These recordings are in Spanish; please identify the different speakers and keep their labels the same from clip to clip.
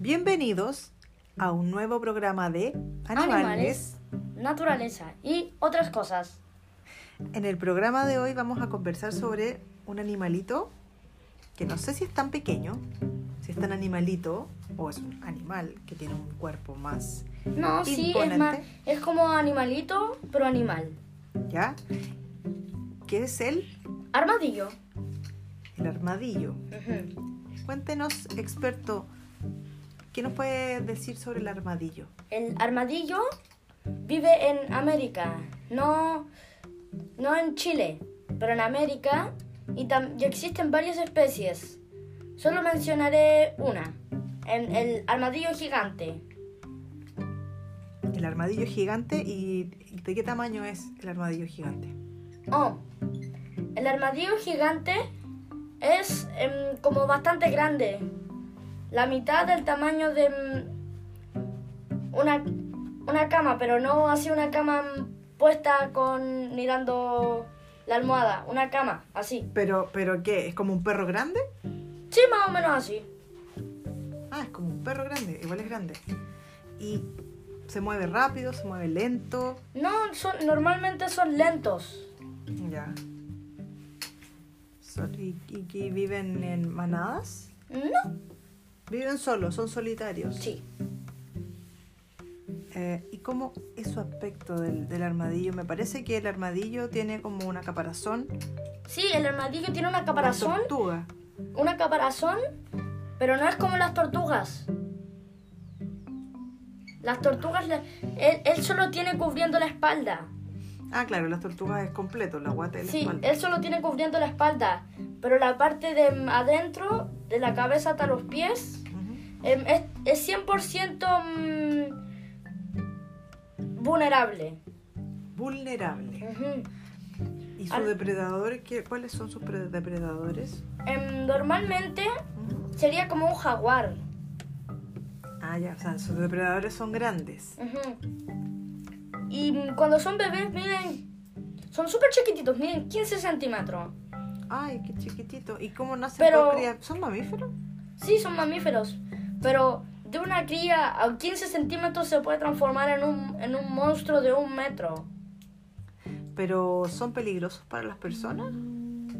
Speaker 1: Bienvenidos a un nuevo programa de animales.
Speaker 2: Animales. naturaleza y otras cosas.
Speaker 1: En el programa de hoy vamos a conversar sobre un animalito que no sé si es tan pequeño, si es tan animalito o es un animal que tiene un cuerpo más,
Speaker 2: No, sí, es,
Speaker 1: Imponente.
Speaker 2: más, es como animalito, pero animal.
Speaker 1: ¿ya? ¿Qué es el,
Speaker 2: Armadillo.
Speaker 1: el armadillo?
Speaker 2: Ujú.
Speaker 1: Cuéntenos, experto, ¿qué nos puede decir sobre el armadillo?
Speaker 2: El armadillo vive en América, no, no en Chile, pero en América y, tam- y existen varias especies. Solo mencionaré una, en el armadillo gigante.
Speaker 1: El armadillo gigante y y ¿de qué tamaño es el armadillo gigante?
Speaker 2: Oh, el armadillo gigante es em, como bastante grande. La mitad del tamaño de mm, una, una cama, pero no así una cama mm, puesta con mirando la almohada, una cama, así.
Speaker 1: Pero, pero ¿qué? ¿Es como un perro grande?
Speaker 2: Sí, más o menos así.
Speaker 1: Ah, es como un perro grande, igual es grande. Y se mueve rápido, se mueve lento.
Speaker 2: No, son, normalmente son lentos.
Speaker 1: Ya. So- ¿Y, y, y viven en manadas?
Speaker 2: No,
Speaker 1: Viven solos, son solitarios.
Speaker 2: sí.
Speaker 1: Eh, ¿Y cómo es su aspecto del, del armadillo? Me parece que el armadillo tiene como una caparazón. una
Speaker 2: Sí, el armadillo tiene una caparazón,
Speaker 1: Tortuga.
Speaker 2: una caparazón, pero no es como las tortugas. Las tortugas, le- él, él solo tiene cubriendo la espalda.
Speaker 1: Ah, claro, las tortugas es completo, la guata y la
Speaker 2: Sí,
Speaker 1: espalda.
Speaker 2: él solo tiene cubriendo la espalda, pero la parte de m- adentro, de la cabeza hasta los pies,
Speaker 1: Ujú.
Speaker 2: em, es, es 100% mm, vulnerable.
Speaker 1: Vulnerable.
Speaker 2: Ujú.
Speaker 1: ¿Y sus
Speaker 2: Al-
Speaker 1: depredadores? qué- ¿Cuáles son sus pre- depredadores?
Speaker 2: Em, normalmente
Speaker 1: Ujú.
Speaker 2: sería como un jaguar.
Speaker 1: Ah, ya, o sea, sus depredadores son grandes.
Speaker 2: Ujú. Y mm, cuando son bebés miden... Son súper chiquititos, miden 15 centímetros.
Speaker 1: Ay, qué chiquitito. ¿Y cómo nacen
Speaker 2: Pero-
Speaker 1: por cría? ¿Son mamíferos?
Speaker 2: Sí, son mamíferos, pero de una cría a 15 centímetros se puede transformar en un, en un monstruo de un metro.
Speaker 1: ¿Pero son peligrosos para las personas?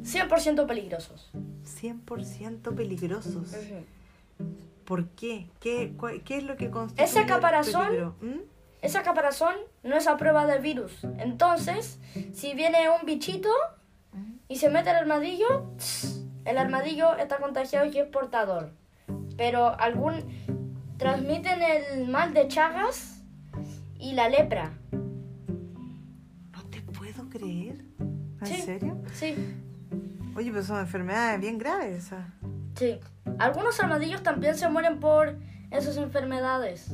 Speaker 2: 100% peligrosos.
Speaker 1: 100% peligrosos.
Speaker 2: Ujú.
Speaker 1: ¿Por qué? ¿Qué, cua- qué es lo que constituye
Speaker 2: Ese
Speaker 1: el
Speaker 2: caparazón-
Speaker 1: peligro? ¿Mm?
Speaker 2: Esa caparazón no es a prueba de virus. Entonces, si viene un bichito y se mete al armadillo, tss, el armadillo está contagiado y es portador. Pero algún transmiten el mal de Chagas y la lepra.
Speaker 1: No te puedo creer. ¿En
Speaker 2: Sí.
Speaker 1: serio?
Speaker 2: Sí,
Speaker 1: Oye, pero son enfermedades bien graves esas.
Speaker 2: sí. Algunos armadillos también se mueren por esas enfermedades.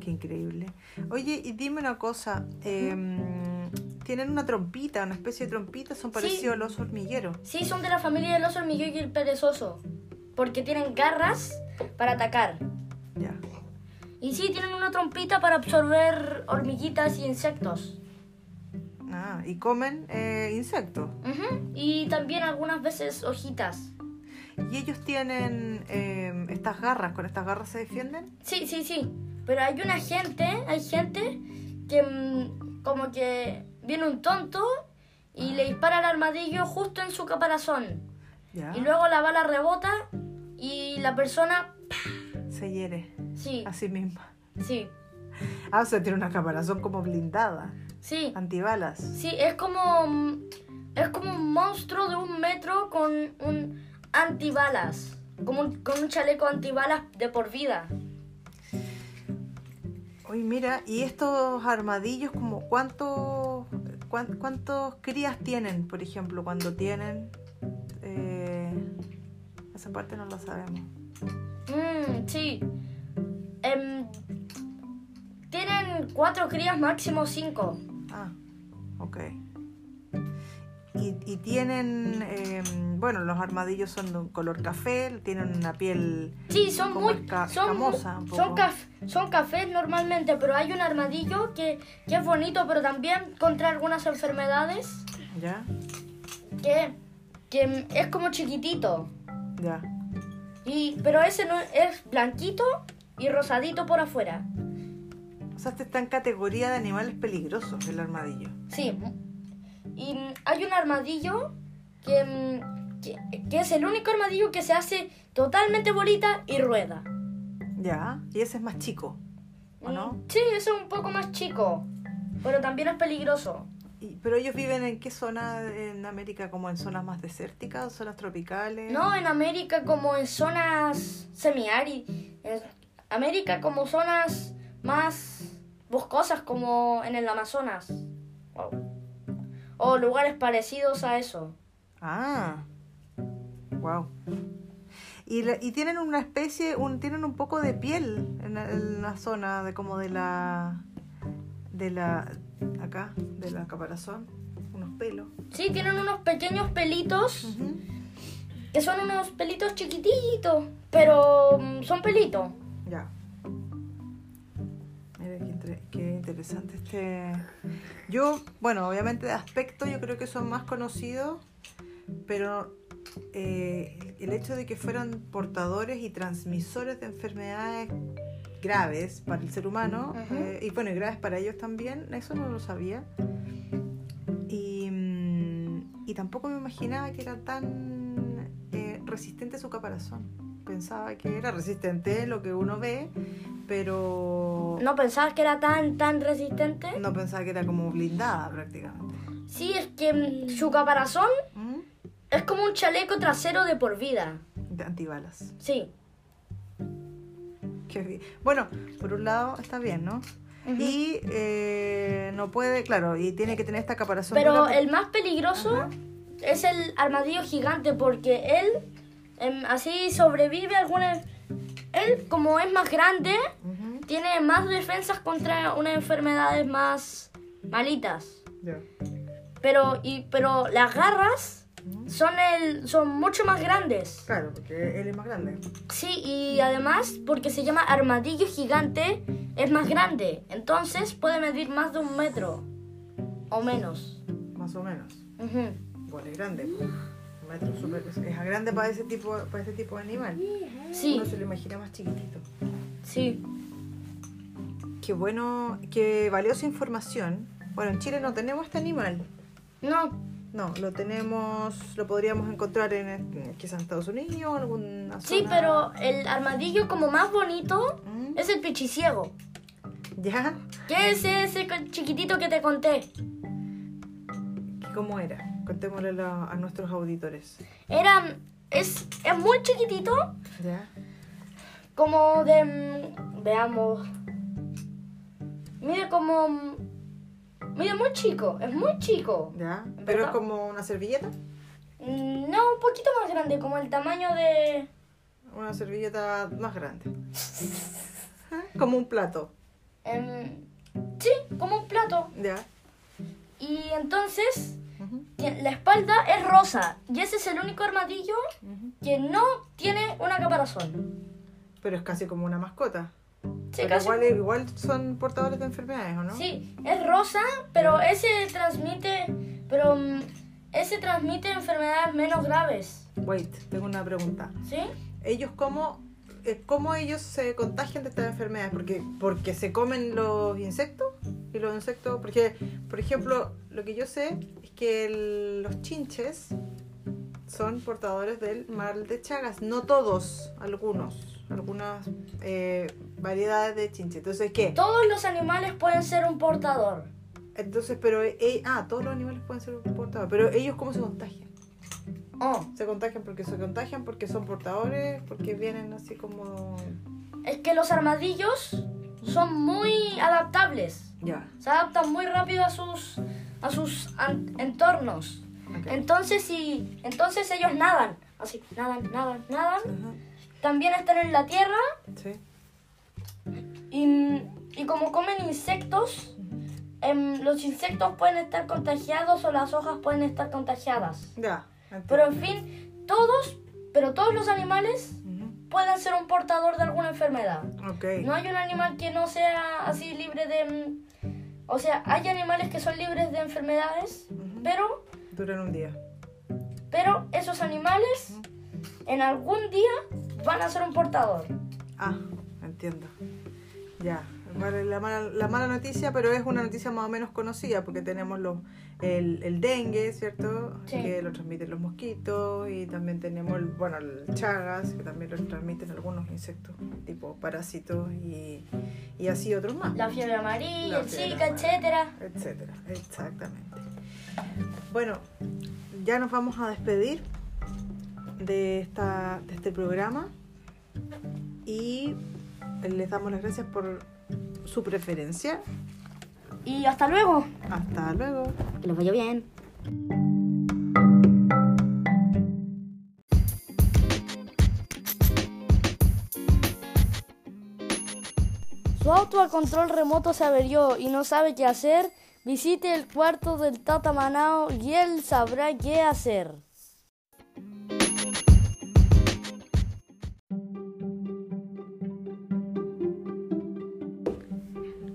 Speaker 1: Qué increíble. Oye, y dime una cosa. eh, Tienen una trompita, una especie de trompita. Son parecidos a los hormigueros.
Speaker 2: Sí, son de la familia del oso hormiguero y el perezoso, porque tienen garras para atacar.
Speaker 1: Ya.
Speaker 2: Y sí, tienen una trompita para absorber hormiguitas y insectos.
Speaker 1: Ah, y comen eh, insectos.
Speaker 2: Ujú. Y también algunas veces hojitas.
Speaker 1: Y ellos tienen eh, estas garras, con estas garras se defienden.
Speaker 2: Sí, sí, sí. Pero hay una gente, hay gente que mm, como que viene un tonto y le dispara al armadillo justo en su caparazón.
Speaker 1: Ya.
Speaker 2: Y luego la bala rebota y la persona...
Speaker 1: Se hiere
Speaker 2: Sí,
Speaker 1: a sí misma.
Speaker 2: sí,
Speaker 1: Ah, o sea, tiene una caparazón como blindada,
Speaker 2: sí.
Speaker 1: antibalas.
Speaker 2: Sí, es como. mm, Es como un monstruo de un metro con un antibalas. Como un- con un chaleco antibalas de por vida.
Speaker 1: Oye, mira, ¿y estos armadillos como cuántos cuán- cuántos crías tienen, por ejemplo, cuando tienen? Eh, esa parte no la sabemos.
Speaker 2: Mmm, sí. Em, tienen cuatro crías, máximo cinco.
Speaker 1: Ah, ok. Y, y tienen, eh, bueno, los armadillos son de un color café, tienen una piel
Speaker 2: Sí, son
Speaker 1: Como
Speaker 2: muy.
Speaker 1: esca-
Speaker 2: son, mu-
Speaker 1: escamosa, un
Speaker 2: son,
Speaker 1: poco.
Speaker 2: caf- son cafés normalmente, pero hay un armadillo que, que es bonito, pero también contra algunas enfermedades
Speaker 1: ¿Ya?
Speaker 2: que, que mm, es como chiquitito.
Speaker 1: Ya.
Speaker 2: Y, pero ese no es blanquito y rosadito por afuera.
Speaker 1: O sea, este está en categoría de animales peligrosos, el armadillo.
Speaker 2: Sí. Y mm, hay un armadillo que, mm, que, que es el único armadillo que se hace totalmente bolita y rueda.
Speaker 1: Ya, y ese es más chico, ¿o no?
Speaker 2: Mm, Sí, ese es un poco más chico, pero también es peligroso.
Speaker 1: Y- ¿Pero ellos viven en qué zona en América? ¿Como en zonas más desérticas, zonas tropicales?
Speaker 2: No, en América como en zonas semiáridas. En América como zonas más boscosas como en el Amazonas. O, o lugares parecidos a eso.
Speaker 1: Ah, wow. Y, la- y tienen una especie, un, tienen un poco de piel en la, en la zona de como de la, de la, acá, de la caparazón, unos pelos.
Speaker 2: Sí, tienen unos pequeños pelitos,
Speaker 1: Ujú.
Speaker 2: que son unos pelitos chiquititos, pero mm, son pelitos.
Speaker 1: Ya. Mira qué, inter- qué interesante este. Yo, bueno, obviamente de aspecto yo creo que son más conocidos, pero eh, el hecho de que fueran portadores y transmisores de enfermedades graves para el ser humano,
Speaker 2: Ajá.
Speaker 1: eh, y bueno, y graves para ellos también, eso no lo sabía. Y, mm, y tampoco me imaginaba que era tan eh, resistente su caparazón. Pensaba que era resistente lo que uno ve, pero
Speaker 2: ¿No pensabas que era tan, tan resistente?
Speaker 1: no pensaba que era como blindada prácticamente.
Speaker 2: Sí, es que mm, su caparazón
Speaker 1: ¿Mm?
Speaker 2: es como un chaleco trasero de por vida.
Speaker 1: De antibalas.
Speaker 2: Sí.
Speaker 1: Qué bien. Bueno, por un lado está bien, ¿no? Y eh, no puede, claro, y tiene que tener esta caparazón.
Speaker 2: Pero
Speaker 1: dura por-
Speaker 2: el más peligroso
Speaker 1: Ajá.
Speaker 2: es el armadillo gigante porque él em, así sobrevive a alguna... Él como es más grande,
Speaker 1: Ujú.
Speaker 2: tiene más defensas contra unas enfermedades más malitas.
Speaker 1: Ya.
Speaker 2: Pero, y, pero las garras
Speaker 1: Ujú.
Speaker 2: son, el, son mucho más grandes.
Speaker 1: Claro, porque él es más grande.
Speaker 2: Sí, y además porque se llama armadillo gigante, es más grande. Entonces puede medir más de un metro o menos.
Speaker 1: Más o menos.
Speaker 2: Ujú.
Speaker 1: Igual es grande. pues. Un metro súper- es grande para ese tipo, para ese tipo de animal.
Speaker 2: Sí,
Speaker 1: Uno se lo imagina más chiquitito.
Speaker 2: sí.
Speaker 1: Qué bueno, qué valiosa información. Bueno, en Chile no tenemos este animal.
Speaker 2: No,
Speaker 1: No, lo tenemos, lo podríamos encontrar en, eh, quizás en Estados Unidos o alguna
Speaker 2: sí,
Speaker 1: zona-
Speaker 2: pero el armadillo como más bonito
Speaker 1: ¿Mm?
Speaker 2: es el pichiciego.
Speaker 1: ¿Ya?
Speaker 2: ¿Qué es ese co- chiquitito que te conté?
Speaker 1: ¿Cómo era? Contémosle a, a nuestros auditores.
Speaker 2: Era, es, es muy chiquitito,
Speaker 1: ¿Ya?
Speaker 2: como de, mm, veamos, mide como, mm, mide muy chico, es muy chico.
Speaker 1: ¿Ya?
Speaker 2: ¿Verdad?
Speaker 1: ¿Pero es como una servilleta?
Speaker 2: Mm, No, un poquito más grande, como el tamaño de,
Speaker 1: Una servilleta más grande. ¿Ah? Como un plato.
Speaker 2: em, sí, como un plato.
Speaker 1: ¿Ya?
Speaker 2: Y entonces,
Speaker 1: Ujú,
Speaker 2: tie- la espalda es rosa, y ese es el único armadillo
Speaker 1: ujú.
Speaker 2: que no tiene una caparazón.
Speaker 1: Pero es casi como una mascota.
Speaker 2: Sí,
Speaker 1: Pero
Speaker 2: casi-
Speaker 1: Igual, igual son portadores de enfermedades, ¿o no?
Speaker 2: sí, es rosa, pero ese transmite, pero mm, ese transmite enfermedades menos graves,
Speaker 1: Wait, tengo una pregunta.
Speaker 2: ¿sí?
Speaker 1: ellos cómo, eh, cómo ellos se contagian de estas enfermedades porque porque se comen los insectos y los insectos porque por ejemplo lo que yo sé es que el- los chinches son portadores del mal de Chagas no todos algunos algunas eh, variedades de chinches entonces qué
Speaker 2: Todos los animales pueden ser un portador.
Speaker 1: entonces pero eh, ah todos los animales pueden ser portadores pero ellos cómo se contagian
Speaker 2: Oh,
Speaker 1: se contagian porque se contagian porque son portadores porque vienen así como
Speaker 2: es que los armadillos son muy adaptables,
Speaker 1: ya
Speaker 2: se adaptan muy rápido a sus a sus an- entornos.
Speaker 1: ok.
Speaker 2: Entonces si entonces ellos nadan, así nadan, nadan, nadan.
Speaker 1: Ajá.
Speaker 2: También están en la tierra
Speaker 1: Sí.
Speaker 2: Y, y como comen insectos, em, los insectos pueden estar contagiados o las hojas pueden estar contagiadas.
Speaker 1: Ya. entiendo.
Speaker 2: Pero en fin, todos, pero todos los animales
Speaker 1: Ujú.
Speaker 2: pueden ser un portador de alguna enfermedad.
Speaker 1: Ok.
Speaker 2: No hay un animal que no sea así libre de... em, O sea, hay animales que son libres de enfermedades,
Speaker 1: Ujú.
Speaker 2: pero,
Speaker 1: Duran un día.
Speaker 2: pero esos animales en algún día van a ser un portador.
Speaker 1: Ah,
Speaker 2: Mm.
Speaker 1: entiendo. Ya, vale, la mala, la mala noticia, pero es una noticia más o menos conocida porque tenemos los, el, el dengue, ¿cierto?
Speaker 2: Sí.
Speaker 1: Que lo transmiten los mosquitos y también tenemos el, bueno, el chagas, que también lo transmiten algunos insectos tipo parásitos y, y así otros más,
Speaker 2: La fiebre amarilla,
Speaker 1: La
Speaker 2: el
Speaker 1: fiebre
Speaker 2: zika,
Speaker 1: amarilla.
Speaker 2: etcétera.
Speaker 1: etcétera. Exactamente. Bueno, ya nos vamos a despedir de, esta, de este programa y les damos las gracias por su preferencia.
Speaker 2: Y hasta luego.
Speaker 1: Hasta luego.
Speaker 2: Que les vaya bien. Su auto a control remoto se averió y no sabe qué hacer. Visite el cuarto del Tata Manao y él sabrá qué hacer.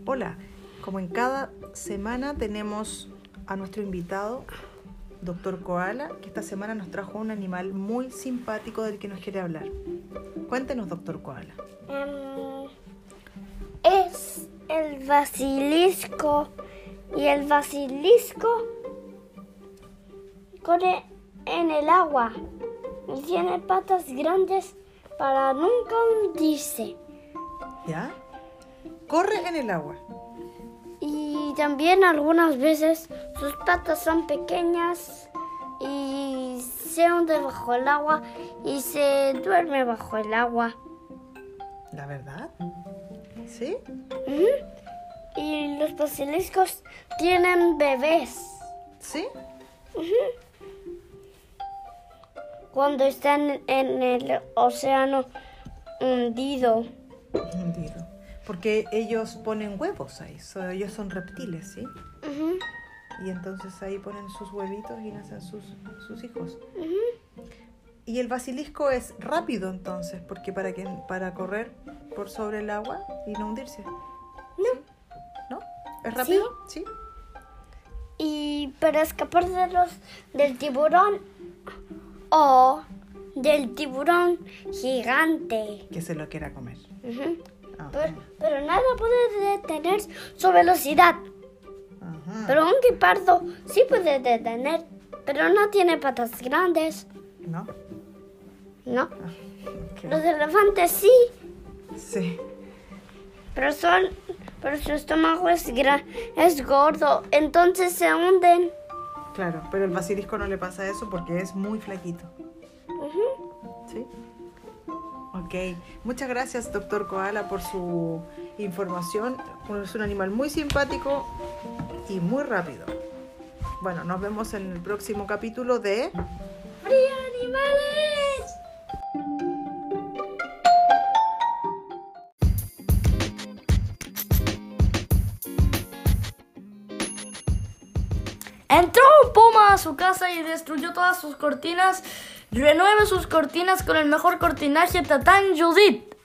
Speaker 1: Hola, como en cada semana tenemos a nuestro invitado, doctor Koala, que esta semana nos trajo un animal muy simpático del que nos quiere hablar. Cuéntenos, doctor Koala.
Speaker 3: Em, es el basilisco y el basilisco corre en el agua y tiene patas grandes para nunca hundirse
Speaker 1: ¿Ya? Corre en el agua.
Speaker 3: y también algunas veces sus patas son pequeñas y se hunde bajo el agua y se duerme bajo el agua.
Speaker 1: ¿La verdad? ¿Sí?
Speaker 3: Y los basiliscos tienen bebés.
Speaker 1: ¿Sí?
Speaker 3: cuando están en el océano hundido.
Speaker 1: Hundido. Porque ellos ponen huevos ahí. so- ellos son reptiles, ¿sí? Y entonces ahí ponen sus huevitos y nacen sus, sus hijos. Y el basilisco es rápido entonces, porque para que, para correr por sobre el agua y no hundirse. No. ¿No? ¿Es rápido? Sí.
Speaker 3: Y para escapar de los del tiburón o del tiburón gigante.
Speaker 1: Que se lo quiera comer. Ah,
Speaker 3: Ujú.
Speaker 1: Ajá,
Speaker 3: Pero, pero nada puede detener su velocidad.
Speaker 1: ajá.
Speaker 3: Pero un guepardo sí puede detener, pero no tiene patas grandes,
Speaker 1: ¿No?
Speaker 3: ¿no?
Speaker 1: Ah, ok.
Speaker 3: Los elefantes sí,
Speaker 1: Sí.
Speaker 3: pero son pero su estómago es gran, es gordo, entonces se hunden.
Speaker 1: Claro, pero el basilisco no le pasa eso porque es muy flaquito. ¿Sí? Ok. Muchas gracias, doctor Koala, por su información. Es un animal muy simpático y muy rápido. Bueno, nos vemos en el próximo capítulo de...
Speaker 3: ¡Frío animales!
Speaker 2: Entró un puma a su casa y destruyó todas sus cortinas. Renueve sus cortinas con el mejor cortinaje Tatán Judith.